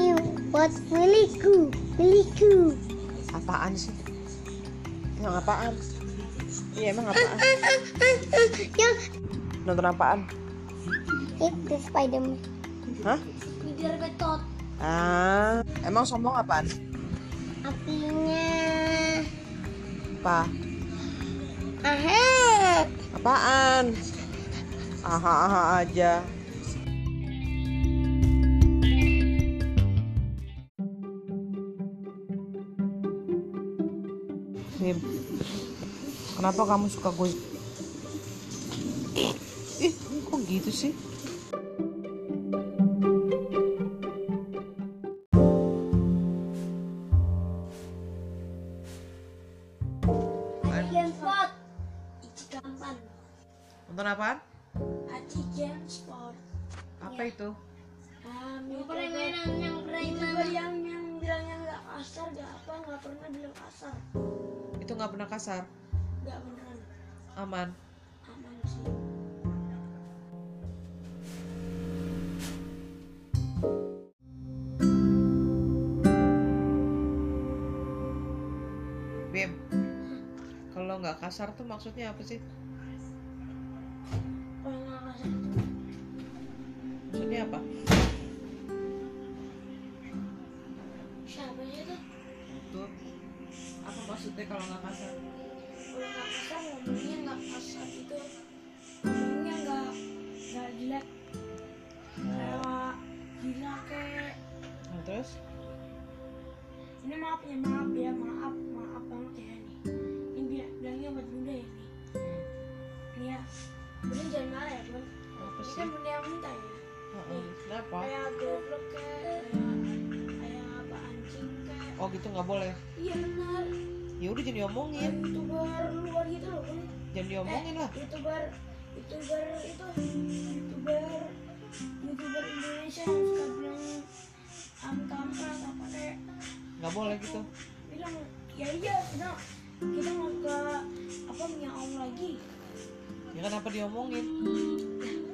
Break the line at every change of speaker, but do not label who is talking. robot milikku, milikku.
Apaan sih? Emang apaan? Iya emang apaan?
Yang
Nonton apaan?
itu Spiderman.
Hah?
Bibir betot.
Ah, emang sombong apaan?
Apinya.
Apa?
Aha.
Apaan? Aha-aha aja. Nih, kenapa kamu suka gue? Ih, kok gitu sih?
Aji Sport. Aji Gampan.
Nonton apaan?
Aji Game Sport.
Apa itu?
Kami
Permainan yang
Youtuber
permainan.
yang yang bilangnya nggak kasar, nggak apa, nggak pernah bilang kasar,
Itu nggak pernah kasar,
nggak beneran
aman.
aman sih.
Bim, kalau nggak kasar tuh maksudnya apa sih?
Kalau nggak kasar itu
Maksudnya apa?
siapa sih itu?
Tuh, apa maksudnya kalau nggak kasar?
Kalau nggak kasar ngomongnya nggak kasar itu, ngomongnya nggak nggak jelek, kayak gila kayak
Nah, terus?
ini maaf ya maaf ya maaf maaf banget ya ini ini bila- bilangnya buat bunda ya ini ini ya bunda jangan marah ya bun
Hmm. Apa
ini
sih?
kan bunda yang minta ya
Heeh, Kenapa?
kayak goblok kayak kayak- kayak apa anjing kayak
Oh gitu nggak boleh.
iya benar
Ya udah jangan diomongin,
youtuber luar gitu loh bun
jangan diomongin lah.
youtuber youtuber itu youtuber youtuber Indonesia yang suka bilang am kampret apa kayak
Nggak boleh gitu.
bilang ya iya kita kita mau ke apa minyak om lagi
Ya kenapa kan, diomongin?
Ya,